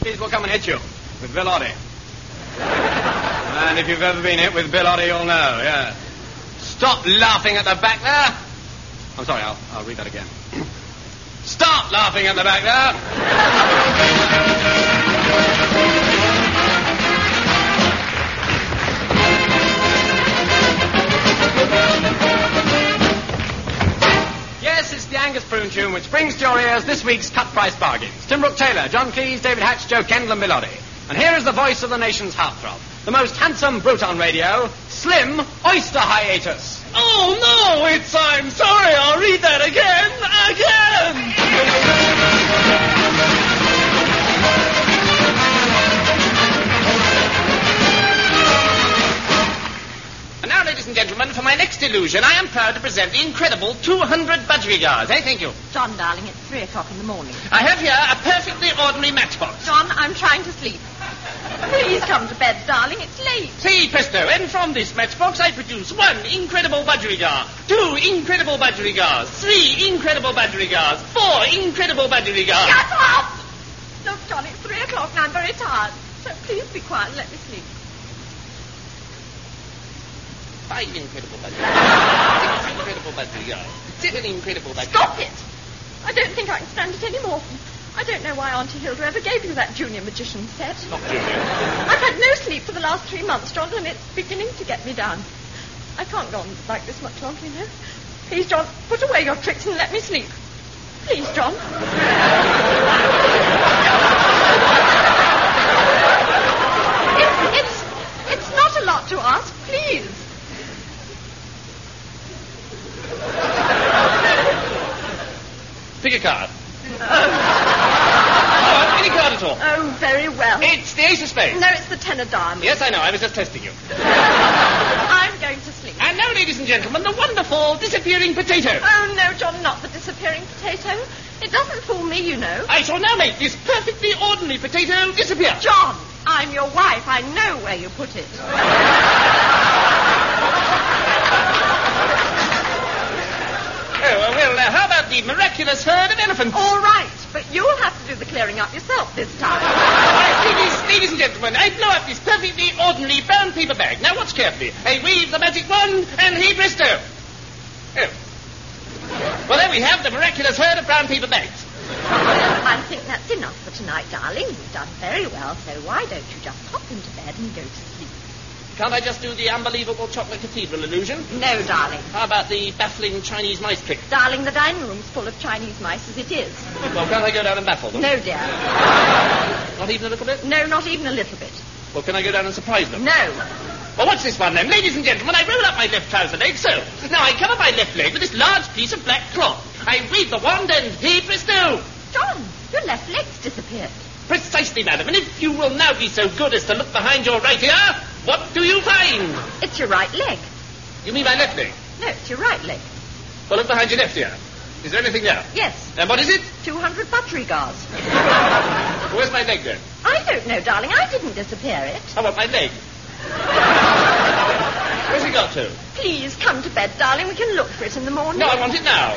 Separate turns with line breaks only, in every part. police will come and hit you with Bill Oddie. and if you've ever been hit with Bill Oddie, you'll know, yeah. Stop laughing at the back there. I'm sorry, I'll, I'll read that again. Stop laughing at the back there. Yes, it's the Angus Prune tune which brings to your ears this week's cut price bargains. Tim Brooke Taylor, John Cleese, David Hatch, Joe Kendall, and Melody. And here is the voice of the nation's heartthrob, the most handsome brute on radio, Slim Oyster Hiatus. Oh no, it's I'm sorry, I'll read that again, again. And now, ladies and gentlemen, for my next illusion, I am proud to present the incredible 200 budgerigars. Hey, thank you.
John, darling, it's three o'clock in the morning.
I have here a perfectly ordinary matchbox.
John, I'm trying to sleep. Please come to bed, darling. It's late.
See, Presto, and from this matchbox I produce one incredible budgerigar, two incredible budgerigars, three incredible budgerigars, four incredible budgerigars.
Shut up! Look, John, it's three o'clock and I'm very tired. So please be quiet and let me sleep.
Five incredible budgerigars, six incredible budgerigars, seven incredible budgerigars.
Stop it! I don't think I can stand it any more. I don't know why Auntie Hilda ever gave you that junior magician set.
Not Junior.
I've had no sleep for the last three months, John, and it's beginning to get me down. I can't go on like this much longer, you know. Please, John, put away your tricks and let me sleep. Please, John. it's, it's, it's not a lot to ask, please.
Pick a card. Oh, any card at all.
Oh, very well.
It's the Ace of Spades.
No, it's the ten of diamonds.
Yes, I know. I was just testing you.
I'm going to sleep.
And now, ladies and gentlemen, the wonderful disappearing potato.
Oh, no, John, not the disappearing potato. It doesn't fool me, you know.
I shall now make this perfectly ordinary potato disappear.
John, I'm your wife. I know where you put it.
Oh, uh, well, uh, how about the miraculous herd of elephants?
All right, but you'll have to do the clearing up yourself this time.
Right, ladies, ladies and gentlemen, I blow up this perfectly ordinary brown paper bag. Now, watch carefully. I wave the magic wand, and he presto. Oh. Well, there we have the miraculous herd of brown paper bags.
I think that's enough for tonight, darling. You've done very well, so why don't you just pop into bed and go to sleep?
Can't I just do the unbelievable chocolate cathedral illusion?
No, darling.
How about the baffling Chinese mice trick?
Darling, the dining room's full of Chinese mice as it is.
Well, can't I go down and baffle them?
No, dear.
Not even a little bit?
No, not even a little bit.
Well, can I go down and surprise them?
No.
Well, what's this one then? Ladies and gentlemen, I roll up my left trouser leg so. Now I cover my left leg with this large piece of black cloth. I wave the wand and he presto.
John, your left leg's disappeared.
Precisely, madam. And if you will now be so good as to look behind your right ear, what do you find?
It's your right leg.
You mean my left leg?
No, it's your right leg.
Well, look behind your left ear. Is there anything there?
Yes,
And what is it?
200 budgerigars.
Where's my leg then?
I don't know, darling. I didn't disappear it.
How about my leg? Where's it got to?
Please come to bed, darling. We can look for it in the morning.
No, I want it now.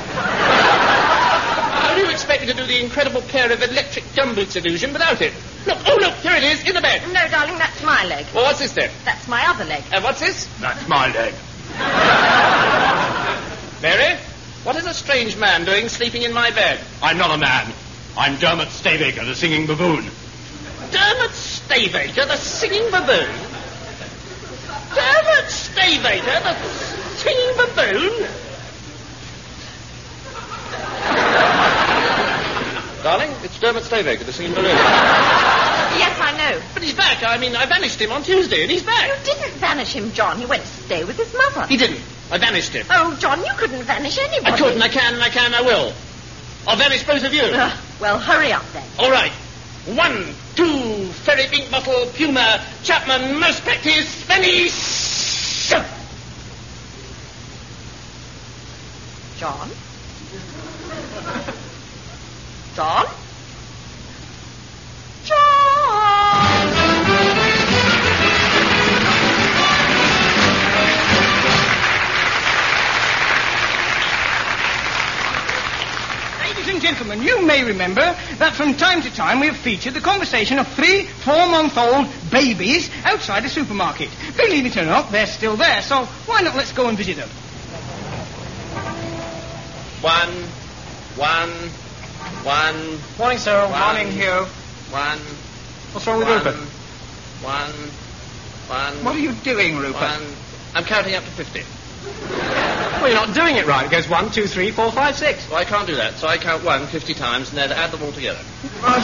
How do you expect me to do the incredible pair of electric gumboots illusion without it? Look, oh look, here it is, in the bed.
No, darling, that's my leg.
Well, what's this then?
That's my other leg.
And Uh, what's this?
That's my leg.
Mary? What is a strange man doing sleeping in my bed?
I'm not a man. I'm Dermot Stavaker, the singing baboon.
Dermot Stavaker, the singing baboon? Dermot Stavaker, the singing baboon? Darling, it's Dermot Stavaker, the singing baboon.
Yes, I know.
But he's back. I mean, I banished him on Tuesday, and he's
You
back.
didn't vanish him, John. He went to stay with his mother.
He didn't. I banished him.
Oh, John, you couldn't vanish anybody.
I could, and I can, and I can, and I will. I'll vanish both of you.
Ugh, well, hurry up then.
All right. One, two, Ferry Pink Bottle, Puma, Chapman, most practice, Benny, shove.
John? John? John!
Ladies and gentlemen, you may
remember that from time to time we have featured the conversation of three four-month-old babies outside a supermarket. Believe it or not, they're still there, so why not let's go and visit them?
One, one, one.
Morning, sir.
Morning, Hugh. One.
What's wrong with
one,
Rupert?
One, one.
What are you doing, Rupert?
One. I'm counting up to 50. Well, you're not doing it right. It goes one, two, three, four, five, six. Well, I can't do that, so I count one 50 times and then add them all together.
Well,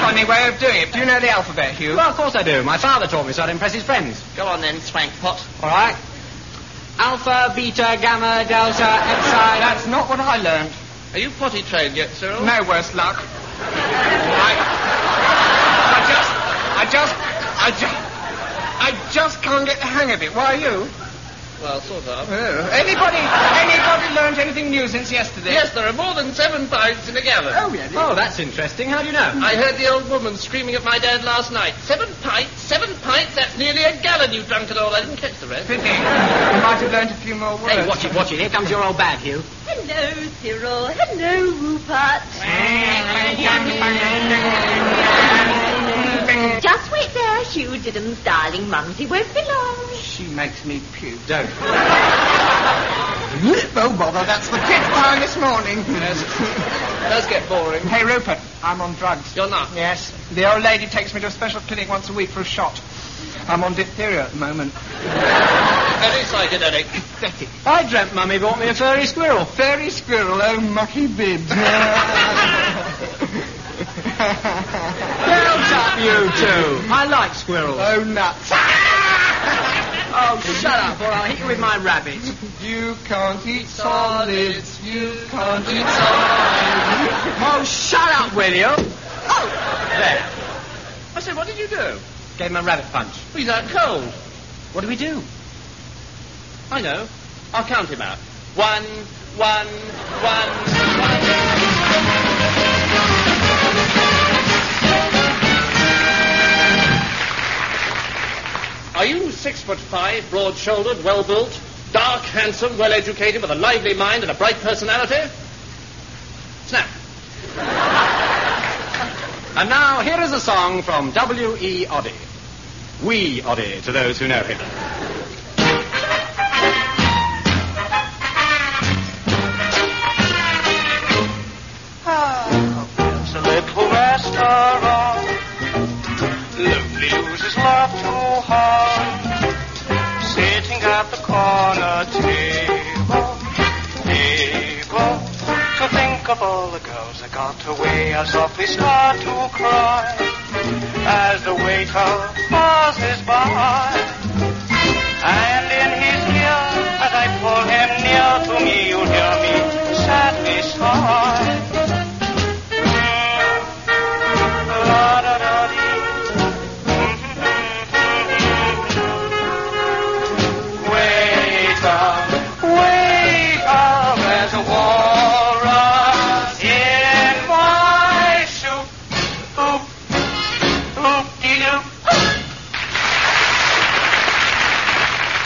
funny way of doing it. Do you know the alphabet, Hugh?
Well, of course I do. My father taught me so I'd impress his friends.
Go on then, Swankpot.
All right. Alpha, beta, gamma, delta, epsilon.
that's not what I learned.
Are you potty trained yet, Cyril?
No worse luck. I, I just, I just, I just, I just can't get the hang of it. Why you?
Well, sort of.
Oh.
Anybody, anybody learned anything new since yesterday?
Yes, there are more than seven pints in a gallon.
Oh, yeah.
Oh, that's interesting. How do you know?
I heard the old woman screaming at my dad last night. Seven pints? Seven pints? That's nearly a gallon you drunk at all. I didn't catch the rest.
Did they? I might have learned a few more words.
Hey, watch it, watch it. Here comes your old bag, Hugh.
Hello, Cyril. Hello, Rupert. Just wait there, Hugh Didum's darling mumsy won't be long.
She makes me puke. Don't. oh, bother. That's the fifth time this morning.
It does get boring.
hey, Rupert, I'm on drugs.
You're not.
Yes. The old lady takes me to a special clinic once a week for a shot. I'm on diphtheria at the moment.
Very psychedelic.
Pathetic.
I dreamt Mummy bought me a furry squirrel.
Fairy squirrel, oh, mucky bibs.
Belt up, you two. I like squirrels.
oh, nuts.
Oh, shut up, or I'll hit you with my rabbit.
You can't eat solids. You can't eat
Oh, shut up, will you?
Oh!
There.
I said, what did you do? Well,
Gave him a rabbit punch.
he's out cold.
What do we do?
I know. I'll count him out. One, one, one. Are you six foot five, broad shouldered, well built, dark, handsome, well educated, with a lively mind and a bright personality? Snap.
And now, here is a song from
E
W.E. Oddie. Wee Oddie, to those who know him.
There's a little restaurant. Lonely loses love too hard. Sitting at the corner table, table. To think of all the girls that got away, I softly start to cry as the waiter passes by. And in his ear, as I pull him near to me, you'll hear me sadly sigh.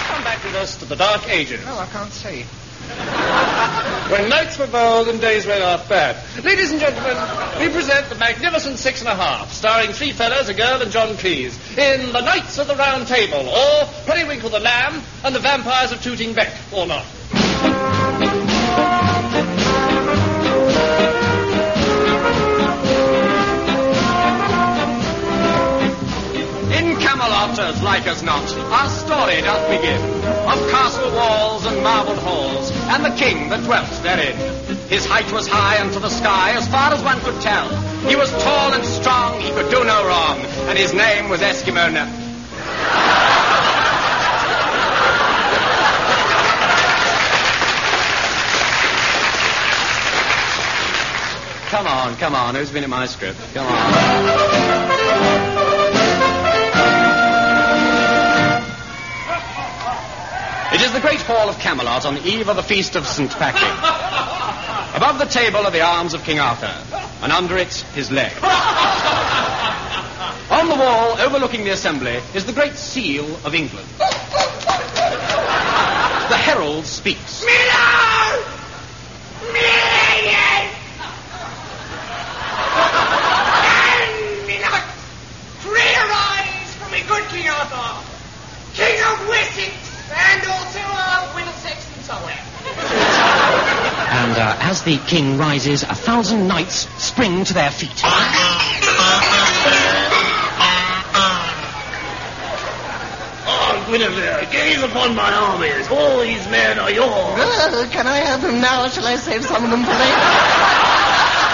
Come back with us to the Dark Ages,
Oh, I can't see.
when nights were bold and days were not bad. Ladies and gentlemen, we present the magnificent Six and a Half, starring three fellas, a girl, and John Cleese, in The Knights of the Round Table, or Periwinkle the Lamb and the Vampires of Tooting Beck, or not.
In Camelot, as like as not, our story doth begin of castle walls and marble halls, and the king that dwelt therein. His height was high unto the sky, as far as one could tell. He was tall and strong, he could do no wrong, and his name was Eskimo Nut. Come on, come on, who's been in my script? Come on. It is the great hall of Camelot on the eve of the feast of St. Patrick. Above the table are the arms of King Arthur, and under it his leg. on the wall, overlooking the assembly, is the great seal of England. the herald speaks.
Arthur, King of Wessex, and also of Middlesex and Surrey.
And uh, as the king rises, a thousand knights spring to their feet.
Oh, Guinevere, gaze upon my armies. All these men are yours.
Oh, can I have them now, or shall I save some of them for later?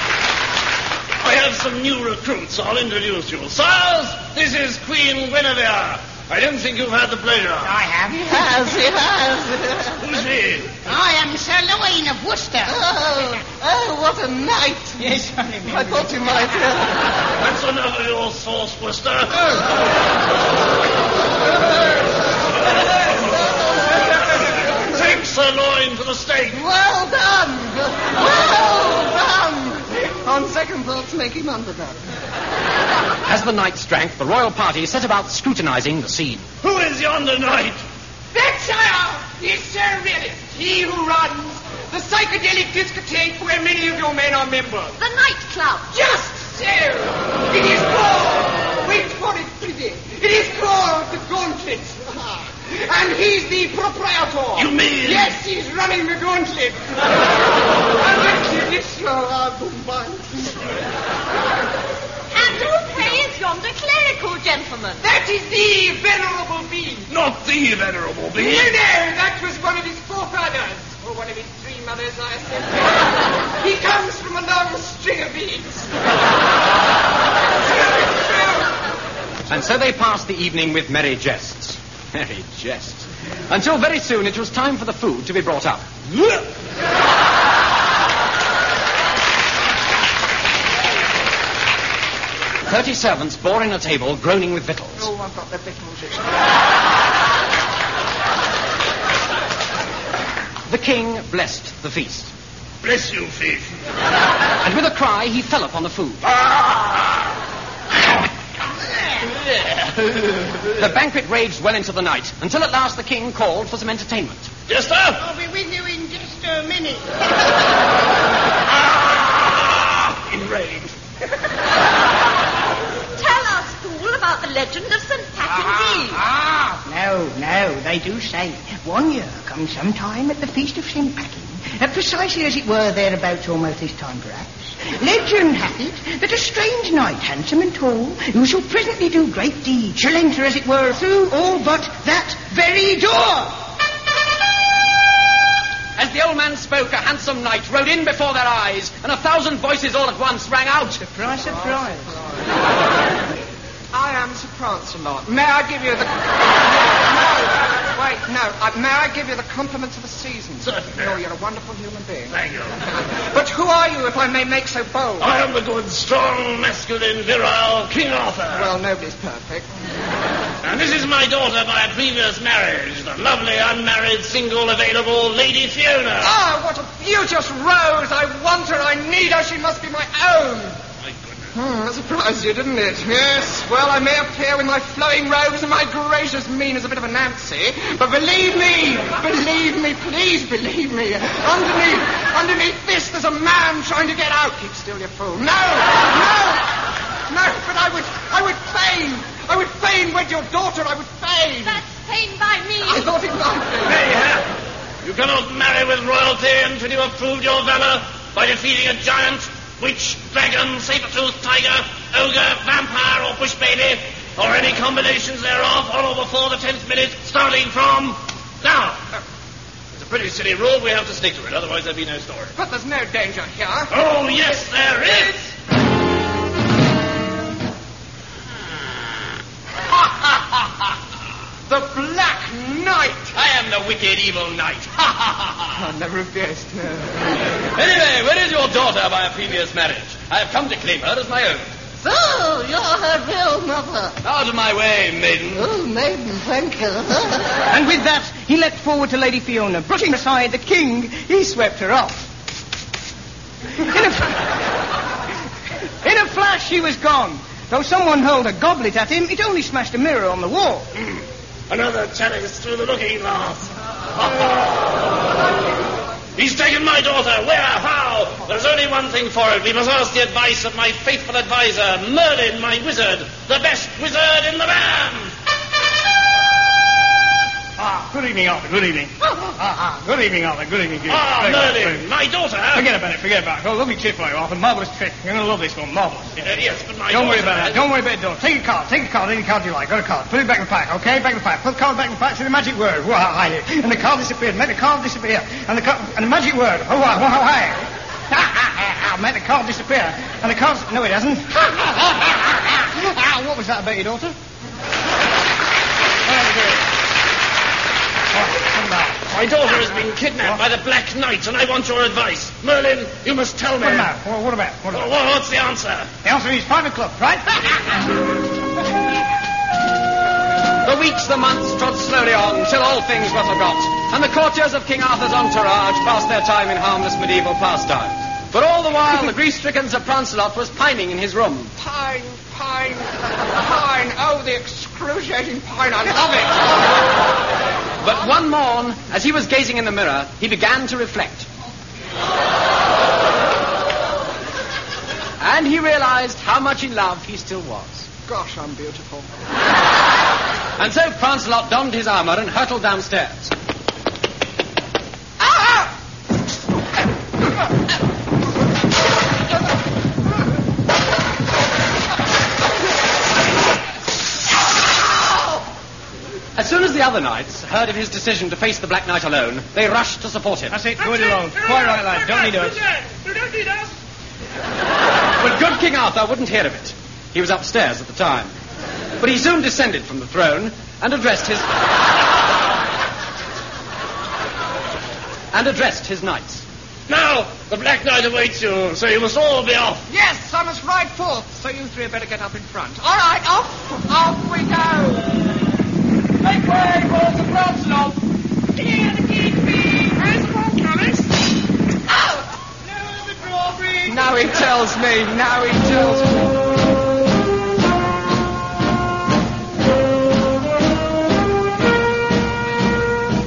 I have some new recruits. I'll introduce you. Sirs, this is Queen Guinevere. I don't think you've had the pleasure.
I have.
Yes, yes.
Who's she?
I am Sir Lewin of Worcester.
Oh, oh, what a night.
Yes, I
I
remember.
thought you might. yeah.
That's enough of your sauce, Worcester. Take sirloin for the steak.
Well done. Well done. On second thoughts, make him underdog.
As the knights drank, the royal party set about scrutinizing the scene.
Who is yonder knight?
That sire is Sir Realist, he who runs the psychedelic discotheque where many of your men are members.
The nightclub.
Just so. It is called, wait for it, Freddy. It is called the Gauntlet. Ah. And he's the proprietor.
You mean-
Yes, he's running the Gauntlet. and the Commissioner of Bombay.
And who pray is yonder clerical gentleman?
That is the Venerable Being.
Not the venerable being.
You know, that was one of his forefathers. Or one of his three mothers, I suppose. he comes from a long string of beings.
And so they passed the evening with merry jests. Merry jests. Until very soon it was time for the food to be brought up. Thirty servants bore in a table groaning with victuals.
Oh, I've got the victuals.
The king blessed the feast.
Bless you, fish.
And with a cry he fell upon the food.
Ah!
The banquet raged well into the night, until at last the king called for some entertainment.
Jester!
I'll be with you in just a minute.
Enraged.
Tell us, fool, about the legend of St. Patton's Eve.
Ah, no, no, they do say. One year comes sometime at the Feast of St. Patrick, uh, precisely as it were thereabouts almost this time perhaps, legend hath it that a strange knight, handsome and tall, who shall presently do great deeds, shall enter, as it were, through all but that very door.
As the old man spoke, a handsome knight rode in before their eyes, and a thousand voices all at once rang out.
Surprise, surprise.
I am Sir Lancelot. May I give you the... No, wait, no. Uh, may I give you the compliments of the season?
Certainly.
Oh, you're a wonderful human being.
Thank you.
But who are you, if I may make so bold?
I am the good, strong, masculine, virile King Arthur.
Well, nobody's perfect.
and this is my daughter by a previous marriage, the lovely, unmarried, single, available Lady Fiona.
Ah, what a beauteous rose! I want her, I need her, she must be my own!
My goodness.
Hmm, that surprised you, didn't it? Yes. Well, I may appear with my flowing robes and my gracious mien as a bit of a Nancy, but believe me, believe me, please believe me. Underneath, underneath this, there's a man trying to get out. Keep still, you fool. No, no, no. But I would, I would fain, I would fain wed your daughter. I would fain.
That's pain by me.
I thought it might be.
Mayhap, you cannot marry with royalty until you have proved your valor by defeating a giant, witch, dragon, saber-toothed tiger, ogre, vampire, or bush baby, or any combinations thereof on or before the tenth minute, starting from now. It's a pretty silly rule. We have to stick to it, otherwise there'd be no story.
But there's no danger here.
Oh, yes, there is.
The Black Knight.
I am the wicked, evil knight.
I never have guessed.
anyway, where is your daughter by a previous marriage? I have come to claim her as my own.
So you're her real mother.
Out of my way, maiden.
Oh, maiden, thank you.
And with that, he leapt forward to Lady Fiona. Brushing aside the king, he swept her off. In a, in a flash, she was gone. Though someone hurled a goblet at him, it only smashed a mirror on the wall.
Another chalice through the looking glass. He's taken my daughter. Where? How? There's only one thing for it. We must ask the advice of my faithful advisor, Merlin, my wizard, the best wizard in the land.
Ah, good evening, Arthur. Good evening. Ah, ah, good evening, Arthur. Good evening. Good evening.
Ah,
Very well, very
Merlin,
well.
my daughter.
Forget about it. Forget about it. Oh, let me cheer for you, Arthur. Marvelous trick. You're going to love this one. Marvelous.
Uh, yes, but my
Don't worry
daughter.
about that. Don't worry about it, Dawes. Take a card. Take a card. Any card you like. Got a card. Put it back in the pack, okay? Back in the pack. Put the card back in the pack. Say the magic word. Wah, hi. And the card disappeared. Make the card disappear. And the card, and the magic word. Oh, wah, wah, hi. Ah, ah, ah, ah. Make the card disappear. And the card... No, it hasn't. Ah, ah, ah, ah, ah, ah. What was that about your daughter? Very good. All right, come back.
My daughter has been kidnapped by the Black Knight, and I want your advice. Merlin, you must tell me.
What about? What what about? What
Wha-
about?
wha- What's the answer?
The answer is private club, right?
The weeks, the months trod slowly on till all things were forgot, and the courtiers of King Arthur's entourage passed their time in harmless medieval pastimes. But all the while, the grief-stricken Sir Lancelot was pining in his room.
Pine, pine, pine. Oh, the excruciating pine. I love it.
But one morn, as he was gazing in the mirror, he began to reflect. and he realized how much in love he still was.
Gosh, I'm beautiful.
And so Lancelot donned his armor and hurtled downstairs. As soon as the other knights heard of his decision to face the Black Knight alone, they rushed to support him.
That's it. Go it alone. Quite right, lad. Don't need us.
You don't need us.
But good King Arthur wouldn't hear of it. He was upstairs at the time. But he soon descended from the throne and addressed his. and addressed his knights.
Now, the Black Knight awaits you, so you must all be off.
Yes, I must ride forth, so you three had better get up in front. All right, off, off we go. Make way for the Lancelot. Clear the keep Where's the ball, Thomas? Out! Lower the drawbridge.
Now he tells me, now he tells me.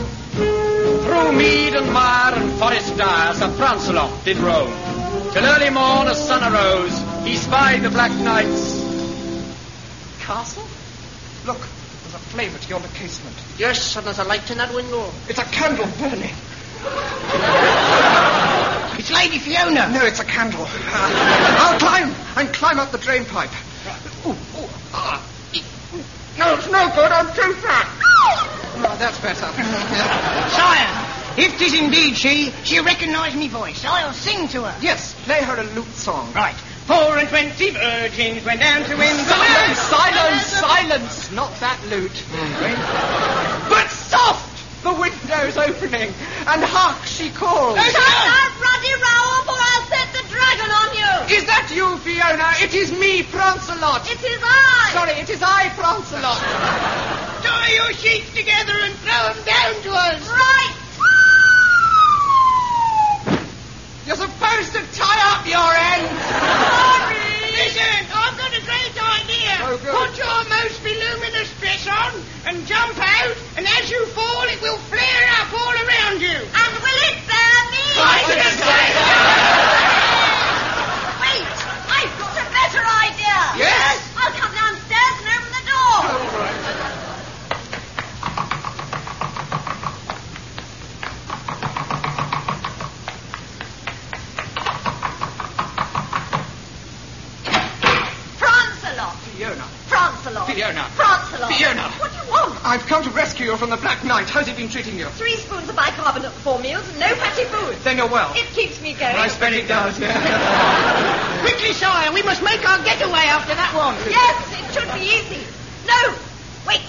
Through mead and mire and forest dire, Sir Francelot did roam. Till early morn, as sun arose, he spied the Black Knight's
Castle? Look, there's a flame at yonder casement.
Yes, and there's a light in that window.
It's a candle burning.
It's Lady Fiona.
No, it's a candle. Ah, I'll climb and climb up the drain pipe. Ooh, ooh, ah. ee, ooh. No, it's no good. I'm too fat.
Ah,
Oh, that's better.
Sire, if 'tis indeed she, she'll recognise me voice. I'll sing to her.
yes, play her a lute song.
Right. Four and twenty virgins went down to win the
Silence,
land.
silence, silence. Not that lute. But soft! The window's opening, and hark, she calls.
Shut up, Ruddy Rowell, or I'll set the dragon on you!
Is that you, Fiona? It is me, Prancelot.
It is I!
Sorry, it is I, Prancelot.
Tie your sheets together and throw them down to us.
Right!
You're supposed to tie up your ends.
Listen, I've got a great idea.
Oh, good.
Put your most voluminous dress on and jump out, and as you fall, it will flare up all around you.
And will it bear me? Wait! I've got a better idea!
Yes?
I'll come downstairs and open the door! Francelot!
Fiona,
Francelot!
Fiona.
Francelot!
Fiona.
What do you want?
I've come to rescue you from the Black Knight. How's he been treating you?
Three spoons of bicarbonate for four meals and no fatty food.
Then you're well.
It keeps me going.
I bet it does, yeah.
Quickly, sire, we must make our getaway after that one.
Yes, it should be easy. No, wait.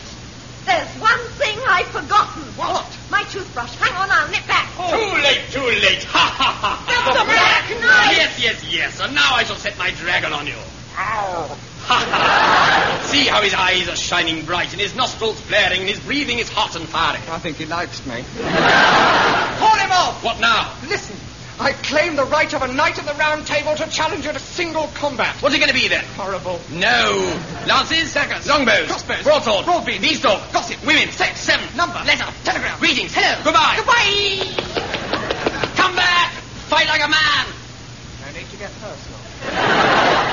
There's one thing I've forgotten. What? Oh. My toothbrush. Hang on, I'll nip back.
Oh. Too late, too late. Ha ha ha.
That's the Black Knight.
Yes, yes, yes. And now I shall set my dragon on you. Ha ha. See how his eyes are shining bright, and his nostrils flaring, and his breathing is hot and fiery.
I think he likes me.
Haul him off! What now?
Listen, I claim the right of a knight of the round table to challenge you to single combat.
What's it going to be then?
Horrible.
No. Lances, daggers, longbows,
Crossbows,
broadsword,
broadbeam,
beanstalk, gossip, women, sex, seven,
Number.
letter, telegram, greetings, hello, goodbye. Goodbye. Come
Fight like a man!
No need to get personal.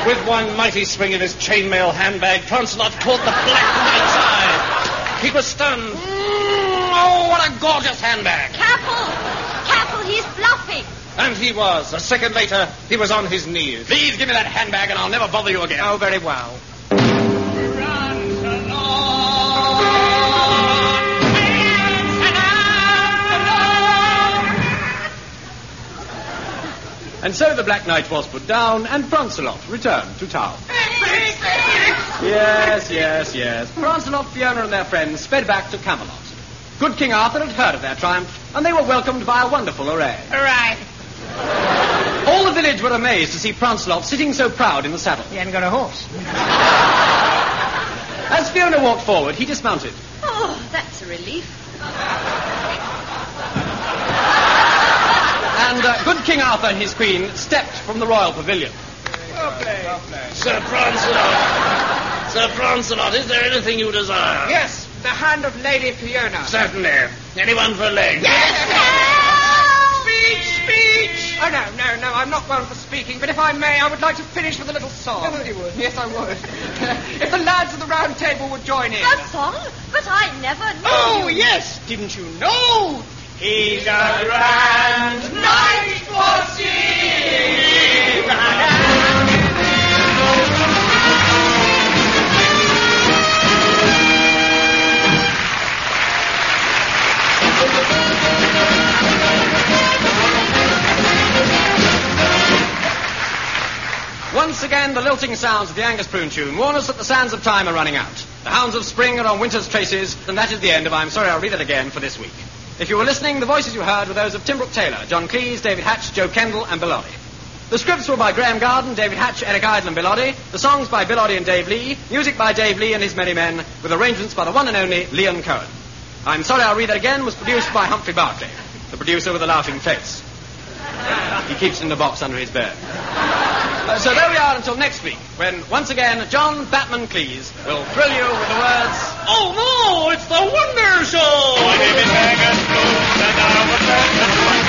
With one mighty swing of his chainmail handbag, Lancelot caught the black knight's eye. He was stunned. Mm, oh, what a gorgeous handbag!
Careful! Careful, he's bluffing.
And he was. A second later, he was on his knees.
Please give me that handbag and I'll never bother you again.
Oh, very well.
And so the Black Knight was put down, and Francelot returned to town. yes, yes, yes. Francelot, Fiona, and their friends sped back to Camelot. Good King Arthur had heard of their triumph, and they were welcomed by a wonderful array.
Right.
All the village were amazed to see Francelot sitting so proud in the saddle.
You haven't got a horse.
As Fiona walked forward, he dismounted.
Oh, that's a relief.
And uh, good King Arthur and his queen stepped from the royal pavilion.
Sir Francelot! Sir Francelot, is there anything you desire?
Yes, the hand of Lady Fiona.
Certainly. Anyone for a leg?
Speech, speech! Oh, no, no, no, I'm not one for speaking, but if I may, I would like to finish with a little song. Yes, you would. Yes, I would. if the lads of the round table would join in.
A song? But I never knew.
Oh,
you.
yes, didn't you know? He's a grand knight for
Once again, the lilting sounds of the Angus Prune tune warn us that the sands of time are running out. The hounds of spring are on winter's traces, and that is the end of I'm Sorry I'll Read It Again for this week. If you were listening, the voices you heard were those of Tim Brooke Taylor, John Cleese, David Hatch, Joe Kendall, and Bellodi. The scripts were by Graham Garden, David Hatch, Eric Idle, and Bellodi. The songs by Bellodi and Dave Lee. Music by Dave Lee and his merry men, with arrangements by the one and only Leon Cohen. I'm Sorry I'll Read It Again was produced by Humphrey Barclay, the producer with a laughing face. He keeps it in a box under his bed. Uh, so there we are until next week, when once again John Batman Cleese will thrill you with the words.
Oh, no! It's the Wonder Show! My name is Angus Blue, and I was